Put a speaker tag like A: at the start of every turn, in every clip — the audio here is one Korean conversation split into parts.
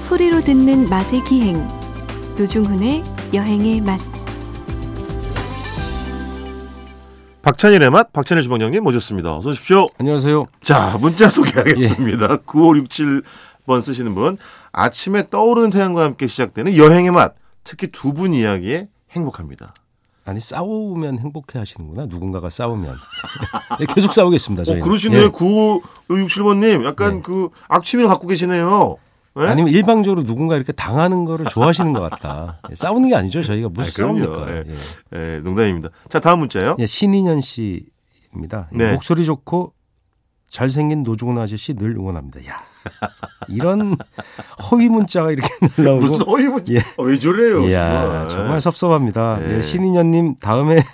A: 소리로 듣는 맛의 기행 노중훈의 여행의 맛
B: 박찬일의 맛, 박찬일 주방장님 모셨습니다. 어서 오십시오. 예.
C: 안녕하세요.
B: 자, 문자 소개하겠습니다. 9567번 쓰시는 분. 아침에 떠오르는 태양과 함께 시작되는 여행의 맛. 특히 두 분 이야기에 행복합니다. 어,
C: 아니 싸우면 행복해 하시는구나. 누군가가 싸우면 네, 계속 싸우겠습니다. 예.
B: 어,
C: 저희.
B: 그러시네요. 9567번님. 약간 그 악취미를 갖고 계시네요. 예?
C: 아니면 일방적으로 누군가 이렇게 당하는 거를 좋아하시는 것 같다. 예, 싸우는 게 아니죠. 저희가 무슨
B: 아이, 그럼요.
C: 싸웁니까?
B: 예.
C: 예.
B: 예, 농담입니다. 자, 다음 문자요.
C: 예, 신인현 씨입니다. 예,
B: 네.
C: 목소리 좋고 잘생긴 노중훈 아저씨 늘 응원합니다. 야 이런 허위 문자가 이렇게 날라오고
B: 무슨 어이 문자.
C: 예.
B: 아, 왜 저래요?
C: 이야,
B: 네.
C: 정말 섭섭합니다.
B: 예.
C: 예, 신인현님 다음에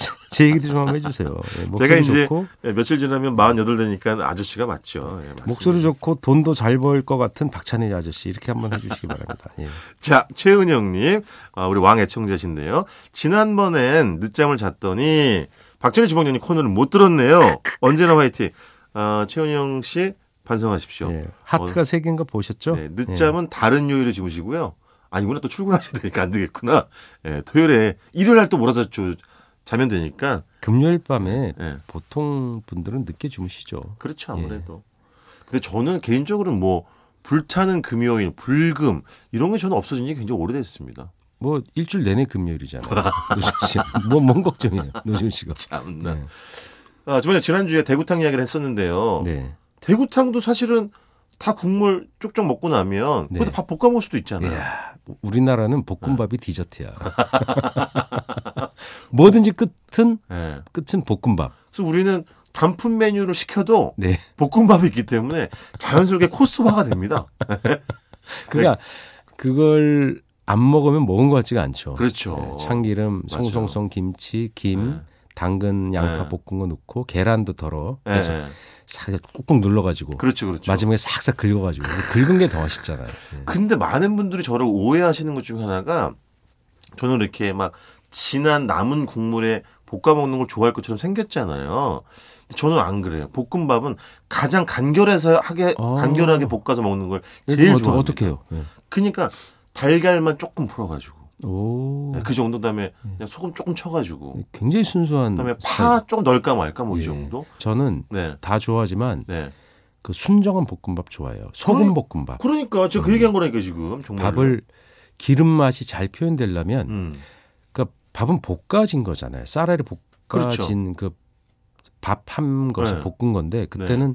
C: 제- 제 얘기도 좀 한번 해주세요. 예,
B: 제가
C: 목소리
B: 이제
C: 좋고
B: 예, 며칠 지나면 48 되니까 아저씨가 맞죠. 예, 맞습니다.
C: 목소리 좋고 돈도 잘 벌 것 같은 박찬일 아저씨 이렇게 한번 해주시기 바랍니다. 예.
B: 자, 최은영님, 아, 우리 왕 애청자신데요. 지난번엔 늦잠을 잤더니 박전희 주방장님 코너를 못 들었네요. 언제나 화이팅. 아, 최은영 씨 반성하십시오.
C: 예. 하트가 세 개인가 보셨죠?
B: 어, 네, 늦잠은 다른 요일에 주무시고요. 아니구나 또 출근하셔야 되니까 안 되겠구나. 예, 토요일에 일요일 날 또 몰아서 저- 자면 되니까
C: 예. 금요일 밤에
B: 예.
C: 보통 분들은 늦게 주무시죠.
B: 그렇죠 아무래도. 근데 저는 개인적으로는 뭐 불타는 금요일, 불금 이런 게 저는 없어진 지 굉장히 오래됐습니다.
C: 뭐 일주일 내내 금요일이잖아요. 노준 씨, 뭐뭔 걱정이에요, 노준 씨가. 네.
B: 참나. 아, 저번에 지난주에 대구탕 이야기를 했었는데요.
C: 네.
B: 대구탕도 사실은 다 국물 쪽쪽 먹고 나면
C: 네. 예.
B: 그것도 밥 볶아 먹을 수도 있잖아요. 아.
C: 이야, 우리나라는 볶음밥이 디저트야. 뭐든지 끝은
B: 예.
C: 끝은 볶음밥.
B: 그래서 우리는 단품 메뉴를 시켜도
C: 네.
B: 볶음밥이 있기 때문에 자연스럽게 코스화가 됩니다.
C: 그러니까 그걸 안 먹으면 먹은 것 같지가 않죠.
B: 그렇죠.
C: 예, 참기름,
B: 맞아요.
C: 송송송 김치, 김,
B: 네.
C: 당근, 양파
B: 네.
C: 볶은 거 넣고 계란도 덜어.
B: 예,
C: 그렇죠, 그래서
B: 예.
C: 싹 꾹꾹 눌러가지고
B: 그렇죠, 그렇죠.
C: 마지막에 싹싹 긁어가지고 긁은 게 더 맛있잖아요. 예.
B: 근데 많은 분들이 저를 오해하시는 것 중에 하나가 저는 이렇게 막 진한 남은 국물에 볶아 먹는 걸 좋아할 것처럼 생겼잖아요. 근데 저는 안 그래요. 볶음밥은 가장 간결해서 하게
C: 아. 네,
B: 간결하게 볶아서 먹는 걸 제일
C: 그럼 어떠-
B: 좋아해요.
C: 어떻게 해요? 예.
B: 그러니까 달걀만 조금 풀어가지고
C: 오, 네.
B: 그 정도 다음에 그냥 소금 조금 쳐가지고
C: 굉장히 순수한.
B: 그다음에
C: 스타일.
B: 파 조금 넣을까 말까 뭐 이
C: 예.
B: 정도.
C: 저는
B: 네,
C: 다 좋아하지만
B: 네.
C: 그 순정한 볶음밥 좋아해요. 소금 볶음밥.
B: 그러니까 제가 그 얘기한 거라니까 지금 정말.
C: 밥을 기름 맛이 잘 표현되려면
B: 음.
C: 그러니까 밥은 볶아진 거잖아요. 쌀알이 볶아진 그 밥 한 것을
B: 그렇죠. 네.
C: 볶은 건데 그때는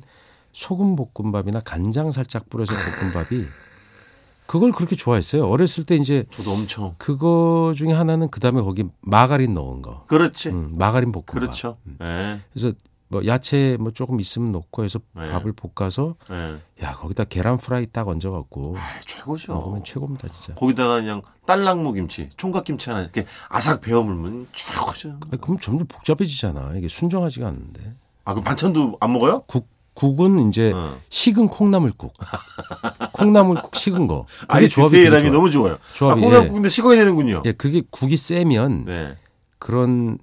C: 소금 볶음밥이나 간장 살짝 뿌려서 볶음밥이 그걸 그렇게 좋아했어요. 어렸을 때 이제
B: 저도 엄청.
C: 그거 중에 하나는 그다음에 거기 마가린 넣은 거.
B: 그렇지.
C: 음, 마가린 볶음밥.
B: 네. 그렇죠. 예.
C: 그래서 뭐 야채 뭐 조금 있으면 넣고 해서
B: 네.
C: 밥을 볶아서
B: 예.
C: 야, 거기다 계란 프라이 딱 얹어 갖고
B: 아, 최고죠.
C: 먹으면 최고입니다, 진짜.
B: 거기다가 그냥 딸랑무김치, 총각김치 하나 이렇게 아삭 베어 물면 최고죠.
C: 아니, 그럼 점점 복잡해지잖아. 이게 순정하지가 않는데.
B: 아, 그럼 반찬도 안 먹어요?
C: 국 국은 이제
B: 어.
C: 식은 콩나물국. 콩나물국 식은 거.
B: 아이
C: 그게 조합이 되게
B: 디테일함이
C: 좋아요.
B: 너무 좋아요.
C: 조합이,
B: 아, 콩나물국인데 식어야 되는군요.
C: 예, 그게 국이 세면
B: 네.
C: 그런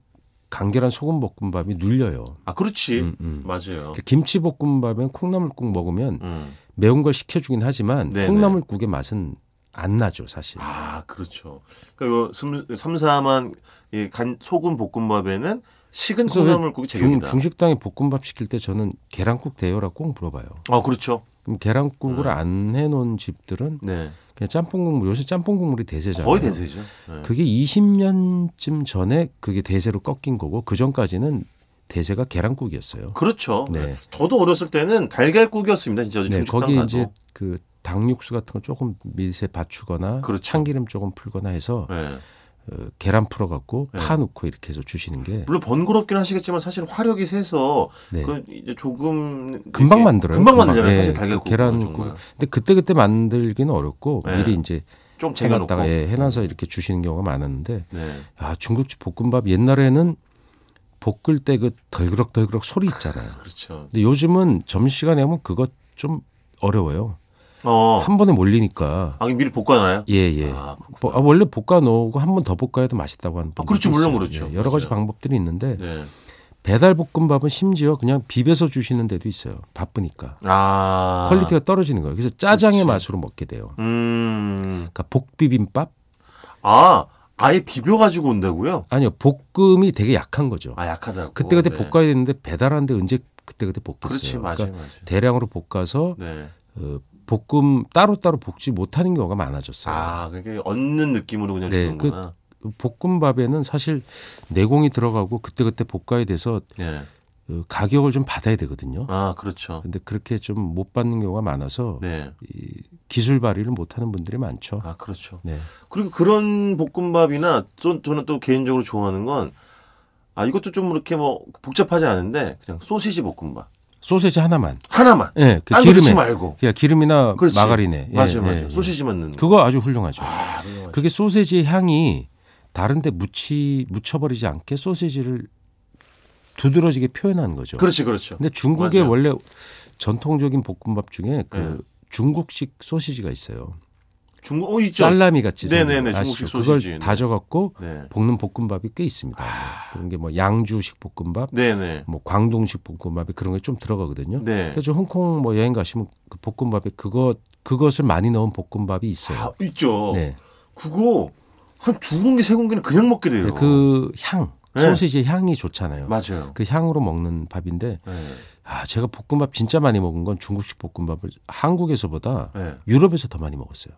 C: 간결한 소금 볶음밥이 눌려요.
B: 아, 그렇지.
C: 음, 음.
B: 맞아요.
C: 김치 볶음밥은 콩나물국 먹으면
B: 어. 음.
C: 매운 걸 시켜주긴 하지만
B: 네네.
C: 콩나물국의 맛은 안 나죠, 사실.
B: 아, 그렇죠. 그러니까 요 삼- 삼삼한 이 간, 소금 볶음밥에는 식은
C: 그래서
B: 콩나물국이
C: 중,
B: 제격이다.
C: 중식당에 볶음밥 시킬 때 저는 계란국 대요라고 꼭 물어봐요.
B: 아, 그렇죠.
C: 그럼 계란국을
B: 음.
C: 안 해놓은 집들은
B: 네.
C: 그냥 짬뽕 국물, 요새 짬뽕 국물이 대세잖아요.
B: 거의 대세죠. 네.
C: 음. 그게 20년쯤 전에 그게 대세로 꺾인 거고 그 전까지는 대세가 계란국이었어요.
B: 그렇죠.
C: 네.
B: 저도 어렸을 때는 달걀국이었습니다. 진짜
C: 네,
B: 중식당
C: 거기
B: 가도.
C: 이제 그 당육수 같은 거 조금 밑에 받추거나
B: 그렇죠.
C: 참기름 조금 풀거나 해서
B: 네.
C: 어, 계란 풀어갖고
B: 네.
C: 파 넣고 이렇게 해서 주시는 게
B: 물론 번거롭긴 하시겠지만 사실 화력이 세서
C: 네.
B: 그 이제 조금
C: 금방
B: 이렇게
C: 만들어요.
B: 금방 만들잖아요.
C: 예,
B: 사실 달걀국
C: 계란국. 근데 그때 그때 만들기는 어렵고
B: 네.
C: 미리 이제
B: 좀 쟁여놓고. 음.
C: 해놨다가 예, 해놔서 이렇게 주시는 경우가 많았는데
B: 네.
C: 아 중국집 볶음밥 옛날에는 볶을 때 그 덜그럭덜그럭 소리 있잖아요.
B: 그렇죠.
C: 근데 요즘은 점심시간에 하면 그거 좀 어려워요.
B: 어.
C: 한 번에 몰리니까.
B: 아, 이거 미리 볶아놔요?
C: 예, 예.
B: 아,
C: 뭐, 아, 원래 볶아 놓고 한 번 더 볶아야 더 맛있다고 하는.
B: 아, 그렇죠.
C: 분들도
B: 물론
C: 있어요.
B: 그렇죠.
C: 예, 여러 가지
B: 맞아요.
C: 방법들이 있는데
B: 네.
C: 배달 볶음밥은 심지어 그냥 비벼서 주시는 데도 있어요. 바쁘니까.
B: 아. 그렇죠.
C: 퀄리티가 떨어지는 거예요. 그래서 짜장의
B: 그치.
C: 맛으로 먹게 돼요.
B: 음.
C: 그러니까 복비빔밥?
B: 아, 아예 비벼가지고 온다고요?
C: 아니요. 볶음이 되게 약한 거죠.
B: 아, 약하다고.
C: 그때그때
B: 네.
C: 볶아야 되는데 배달하는데 언제 그때그때 볶겠어요.
B: 그렇지, 맞아요,
C: 그러니까
B: 맞아요.
C: 대량으로 볶아서
B: 네.
C: 어, 볶음 따로따로 볶지 못하는 경우가 많아졌어요.
B: 아, 그러니까 얹는 느낌으로 그냥
C: 네,
B: 주는구나.
C: 볶음밥에는 사실 내공이 들어가고 그때그때 볶아야 돼서
B: 네.
C: 어, 가격을 좀 받아야 되거든요.
B: 아, 그렇죠.
C: 근데 그렇게 좀 못 받는 경우가 많아서
B: 네.
C: 이 기술 발휘를 못하는 분들이 많죠.
B: 아, 그렇죠.
C: 네.
B: 그리고 그런 볶음밥이나 저, 저는 또 개인적으로 좋아하는 건 아, 이것도 좀 이렇게 뭐 복잡하지 않은데 그냥 소시지 볶음밥.
C: 소세지 하나만.
B: 하나만.
C: 예, 그
B: 딴거 넣지
C: 기름에
B: 아, 말고.
C: 야, 기름이나
B: 그렇지.
C: 마가린에. 예,
B: 맞아요,
C: 예,
B: 맞아요.
C: 예.
B: 소시지만 넣는 거.
C: 그거 아주 훌륭하죠.
B: 아, 훌륭하죠.
C: 그게 소세지의 향이 다른데 묻히 묻혀버리지 않게 소세지를 두드러지게 표현하는 거죠.
B: 그렇지, 그렇죠.
C: 근데 중국의
B: 맞아요.
C: 원래 전통적인 볶음밥 중에 그
B: 네.
C: 중국식 소시지가 있어요.
B: 중국 어 있죠.
C: 짤라미 같이 생긴
B: 네네네,
C: 거 아시죠?
B: 중국식 소시지.
C: 그걸 다져갖고
B: 네. 아.
C: 볶는 볶음밥이 꽤 있습니다. 그런 게 뭐 양주식 볶음밥,
B: 네, 네.
C: 뭐 광동식 볶음밥이 그런 게 좀 들어가거든요.
B: 네.
C: 그래서 홍콩 뭐 여행 가시면 그 볶음밥에 그거 그것을 많이 넣은 볶음밥이
B: 아,
C: 있어요.
B: 있죠.
C: 네.
B: 그거 한 두 공기 세 공기는 그냥 먹게 돼요.
C: 그 향,
B: 네.
C: 소시지 향이 좋잖아요.
B: 맞아요.
C: 그 향으로 먹는 밥인데
B: 네.
C: 아, 제가 볶음밥 진짜 많이 먹은 건 중국식 볶음밥을 한국에서보다
B: 네.
C: 유럽에서 더 많이 먹었어요.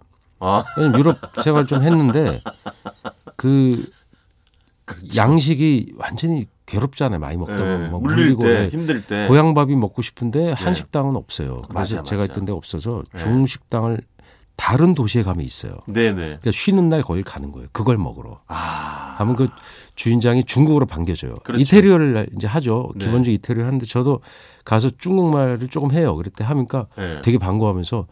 B: 아,
C: 왜냐면 유럽 생활 좀 했는데 그
B: 그렇죠.
C: 양식이 완전히 괴롭잖아요. 많이 먹다 보면
B: 네.
C: 막
B: 물릴
C: 물리고
B: 때,
C: 예.
B: 힘들 때.
C: 고향밥이 먹고 싶은데 한식당은 없어요. 그래서
B: 맞아,
C: 제가
B: 맞아.
C: 있던 데 없어서
B: 네.
C: 중식당을 다른 도시에 가면 있어요.
B: 네, 네.
C: 그러니까 쉬는 날 거길 가는 거예요. 그걸 먹으러.
B: 아.
C: 하면 그 주인장이 중국으로 반겨줘요.
B: 그렇죠.
C: 이태리어를 이제 하죠.
B: 네.
C: 기본적으로 이태리어 하는데 저도 가서 중국말을 조금 해요. 그랬더니 하니까
B: 네.
C: 되게 반가워하면서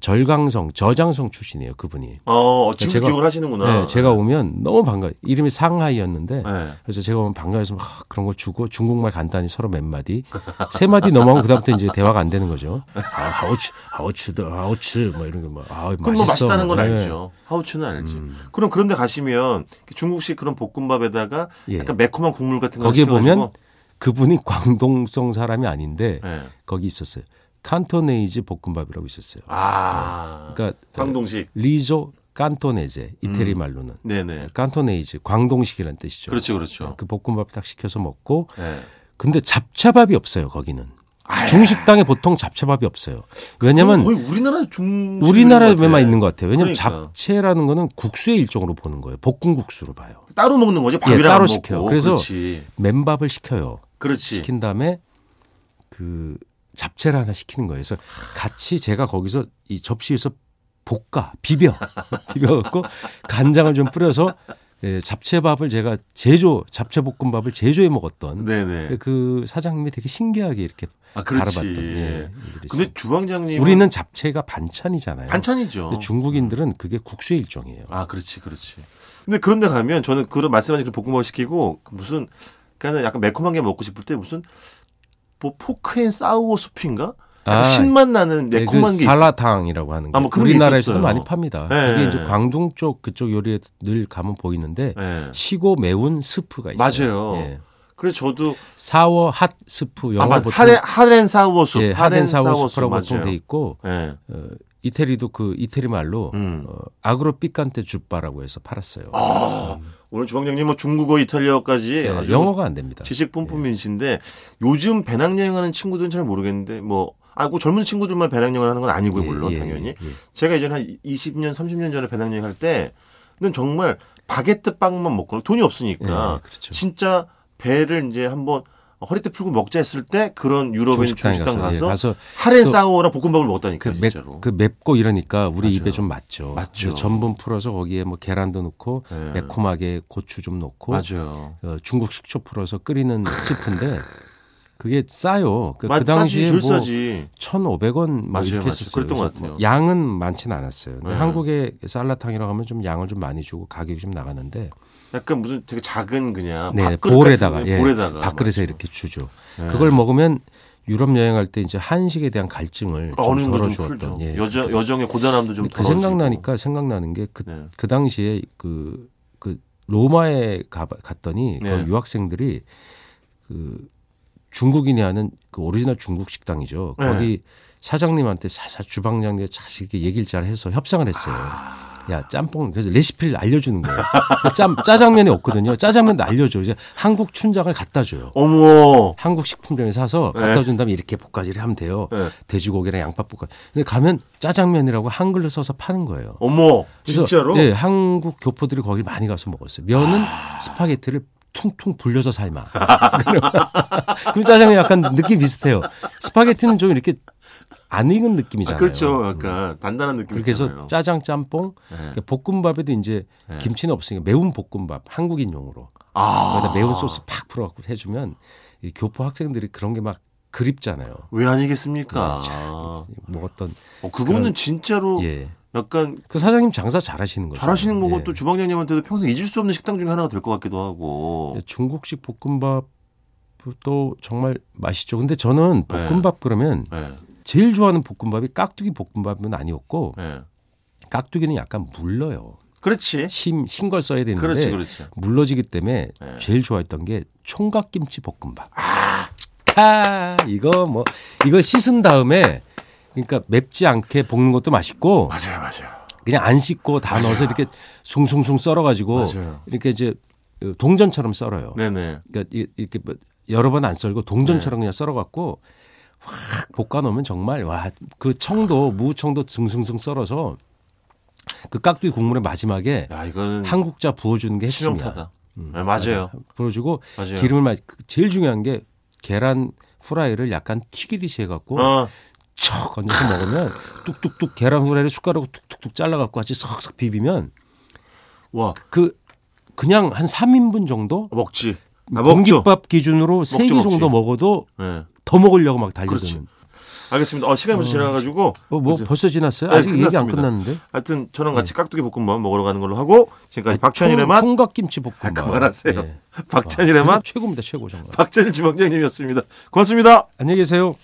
C: 절강성, 저장성 출신이에요. 그분이.
B: 어, 지금
C: 제가-
B: 기억을 하시는구나.
C: 네, 제가 오면 너무 반가워요. 이름이 상하이였는데
B: 네.
C: 그래서 제가 오면 반가워서 막 그런 걸 주고 중국말 간단히 서로 몇 마디 세 마디 넘어가면 그다음부터 이제 대화가 안 되는 거죠. 아, 하우츠, 하우츠드, 하우츠 뭐 이런 거 막. 아,
B: 그건 뭐
C: 맛있어.
B: 맛있다는 건
C: 네. 음.
B: 알죠. 하우츠는 알지. 그럼 그런데 가시면 중국식 그런 볶음밥에다가
C: 예.
B: 약간 매콤한 국물 같은 거
C: 거기에 보면
B: 시켜가지고,
C: 그분이 광동성 사람이 아닌데
B: 네.
C: 거기 있었어요. 칸토네이즈 볶음밥이라고 있었어요.
B: 아,
C: 아. 그러니까
B: 광동식.
C: 리조 깐토네제 이태리 말로는
B: 네,
C: 그러니까.
B: 네.
C: 깐토네이즈 광동식이라는 뜻이죠.
B: 그렇죠, 그렇죠.
C: 그 볶음밥 딱 시켜서 먹고
B: 네.
C: 근데 잡채밥이 없어요 거기는 중식당에 보통 잡채밥이 없어요
B: 아, 예. 그건
C: 왜냐면
B: 거의 우리나라 중
C: 우리나라에만 있는 것 같아요 왜냐면
B: 그러니까.
C: 잡채라는 거는 국수의 일종으로 보는 거예요 볶음국수로 봐요
B: 따로 먹는 거죠. 밥이랑
C: 예, 따로
B: 안 먹고.
C: 시켜요. 그래서-
B: 그렇지.
C: 맨밥을 시켜요
B: 그렇지.
C: 시킨 다음에 그 잡채를 하나 시키는 거예요 그래서 같이 제가 거기서 이 접시에서 볶아 비벼 비벼갖고 간장을 좀 뿌려서 예, 잡채밥을 제가 제조 잡채볶음밥을 제조해 먹었던
B: 네네.
C: 그 사장님이 되게 신기하게 이렇게
B: 아 그렇지.
C: 바라봤던. 예,
B: 근데 주방장님
C: 우리는 잡채가 반찬이잖아요.
B: 반찬이죠. 어.
C: 근데 중국인들은 그게 국수의 일종이에요.
B: 아 그렇지 그렇지. 근데 그런데 가면 저는 그런 말씀하신 그 볶음밥 시키고 그 무슨 그러니까 약간 매콤한 게 먹고 싶을 때 무슨 뭐 포크앤 싸우어 숲인가? 약간
C: 아,
B: 신맛 나는 네, 매콤한
C: 그
B: 게 있어.
C: 살라탕이라고 하는 거.
B: 아, 뭐 그런 게
C: 우리나라에서도
B: 있었어요.
C: 많이 팝니다.
B: 예,
C: 그게
B: 예.
C: 이제 광둥 쪽 그쪽 요리에 늘 가면 보이는데
B: 예.
C: 시고 매운 스프가 있어요.
B: 맞아요. 그래서 저도
C: 사워 핫 스프 영어
B: 아마
C: 보통
B: 하렌 하렌 사우어 숲,
C: 예,
B: 하렌
C: 하덴
B: 사우어
C: 사워
B: 숲
C: 스프라고 보통
B: 맞아요.
C: 돼 있고
B: 예.
C: 어, 이태리도 그 이태리 말로
B: 음.
C: 어, 아그로 삐칸테 주빠라고 해서 팔았어요.
B: 오늘 주방장님 뭐 중국어, 이탈리아어까지
C: 예,
B: 아주
C: 영어가 안 됩니다. 예.
B: 지식 뿜뿜이신데 요즘 배낭여행하는 친구들은 잘 모르겠는데 뭐 아, 꼭 젊은 친구들만 배낭여행을 하는 건 아니고요,
C: 예,
B: 물론
C: 예,
B: 당연히.
C: 예, 예.
B: 제가 예전에 한 20년, 30년 전에 배낭여행 할 때는 정말 바게트 빵만 먹고 돈이 없으니까
C: 예, 그렇죠.
B: 진짜 배를 이제 한번 허리띠 풀고 먹자 했을 때 그런 유럽인 중식당,
C: 예,
B: 가서,
C: 가서
B: 하렌
C: 또-
B: 사우어랑 볶음밥을 먹었다니까
C: 그,
B: 요
C: 맵,
B: 진짜로.
C: 그 맵고 이러니까 우리
B: 맞아요.
C: 입에 좀 맞죠.
B: 맞죠.
C: 그래서 전분 풀어서 거기에 뭐 계란도 넣고
B: 예.
C: 매콤하게 고추 좀 넣고
B: 맞아요.
C: 어, 중국 식초 풀어서 끓이는 스프인데 그게 싸요. 그,
B: 맞-
C: 그 당시에
B: 싸지, 줄
C: 뭐
B: 싸지.
C: 1,500원
B: 맞아요,
C: 뭐
B: 맞아요.
C: 이렇게 했었어요.
B: 그랬던 것
C: 그래서
B: 같아요.
C: 뭐 양은 많지는 않았어요. 근데
B: 예.
C: 한국의 쌀라탕이라고 하면 좀 양을 좀 많이 주고 가격이 좀 나가는데
B: 약간 무슨 되게 작은 그냥
C: 네,
B: 아, 밥그릇
C: 볼에다가
B: 같은
C: 예,
B: 볼에다가
C: 밥그릇에
B: 맞아요. 네.
C: 이렇게 주죠. 그걸 먹으면 유럽 여행할 때 이제 한식에 대한 갈증을
B: 아, 어느
C: 네, 좀
B: 정도 좀
C: 덜어주었던
B: 풀죠.
C: 예,
B: 여정 여정의 고단함도 좀
C: 그
B: 덜어주고.
C: 생각나니까 생각나는 게 그
B: 네.
C: 그 당시에 그, 그 로마에 가, 갔더니
B: 네.
C: 거기 유학생들이 그 중국인이 하는 그 오리지널 중국 식당이죠.
B: 네.
C: 거기 사장님한테 사사 주방장님이 사실 이렇게 얘기를 잘 해서 협상을 했어요.
B: 아.
C: 야 짬뽕 그래서 레시피를 알려주는 거예요. 짬 짜장면이 없거든요. 짜장면도 알려줘. 이제 한국 춘장을 갖다 줘요.
B: 어머.
C: 한국 식품점에 사서 갖다 준 다음에 이렇게 볶아지를 하면 돼요.
B: 네.
C: 돼지고기랑 양파 볶아. 근데 가면 짜장면이라고 한글로 써서 파는 거예요.
B: 어머.
C: 그래서,
B: 진짜로?
C: 예, 한국 교포들이 거길 많이 가서 먹었어요. 면은
B: 아.
C: 스파게티를 퉁퉁 불려서 삶아. 그 짜장면 약간 느낌 비슷해요. 스파게티는 좀 이렇게 안 익은 느낌이잖아요.
B: 아, 그렇죠. 약간 단단한 느낌.
C: 예. 음. 그렇게 해서
B: 있잖아요. 네. 예.
C: 짜장 짬뽕 그러니까 볶음밥에도 이제 김치는 없으니까 매운 볶음밥 한국인용으로
B: 아.
C: 거기다 매운 소스 팍 풀어갖고 해주면 이 교포 학생들이 그런 게 막 그립잖아요.
B: 왜 아니겠습니까?
C: 먹었던
B: 어, 그거는
C: 그런-
B: 진짜로
C: 예.
B: 약간
C: 그 사장님 장사 잘하시는 거죠.
B: 잘하시는 거고
C: 예.
B: 또 주방장님한테도 평생 잊을 수 없는 식당 중에 하나가 될 것 같기도 하고.
C: 중국식 볶음밥도 정말 맛있죠. 근데 저는
B: 네.
C: 볶음밥 그러면
B: 예.
C: 제일 좋아하는 볶음밥이 깍두기 볶음밥은 아니었고
B: 예.
C: 깍두기는 약간 물러요.
B: 그렇지.
C: 심 신걸 써야 되는데
B: 그렇지, 그렇지.
C: 물러지기 때문에
B: 네.
C: 제일 좋아했던 게 총각김치 볶음밥. 아, 이거 뭐 이거 씻은 다음에 그러니까 맵지 않게 볶는 것도 맛있고
B: 맞아요, 맞아요.
C: 그냥 안 씻고 다 넣어서 이렇게 숭숭숭 썰어가지고
B: 맞아요.
C: 이렇게 이제 그 동전처럼 썰어요.
B: 네네.
C: 그러니까 이- 이렇게 뭐 여러 번 안 썰고
B: 네.
C: 동전처럼 그냥 썰어갖고 확 볶아 놓으면 정말 와 그 청도 무청도 숭숭숭 썰어서 그 깍두기 국물의 마지막에 음,
B: 야, 이건
C: 한국자 부어주는 게 핵심이야.
B: 치명타다. 예, 맞아요.
C: 부어주고
B: 맞아요.
C: 기름을 많이 그 제일 중요한 게 계란 프라이를 약간 튀기듯이 해갖고
B: 어,
C: 척 얹어서 먹으면 뚝뚝뚝 계란 후라이를 숟가락으로 뚝뚝뚝 잘라갖고 같이 석석 비비면
B: 와,
C: 그 그냥 한 3인분 정도
B: 먹지. 아, 먹죠.
C: 음, 공깃밥 기준으로 세 개
B: 먹죠.
C: 정도 먹어도
B: 예.
C: 더 먹으려고 막
B: 그렇지.
C: 달려드는.
B: 알겠습니다. 어, 시간이 벌써 지나가지고.
C: 어, 뭐
B: 그래서-
C: 벌써 지났어요?
B: 네,
C: 아직 얘기 안
B: 끝났습니다.
C: 끝났는데.
B: 하여튼 저랑 같이 깍두기 볶음밥 먹으러 가는 걸로 하고 지금까지 박찬일의 맛
C: 아,
B: 아,
C: 총- 총각김치 볶음밥.
B: 그만하세요.
C: 예.
B: 박찬일의 맛
C: 최고입니다, 최고 정말.
B: 박찬일 주방장님이었습니다. 고맙습니다.
C: 안녕히 계세요.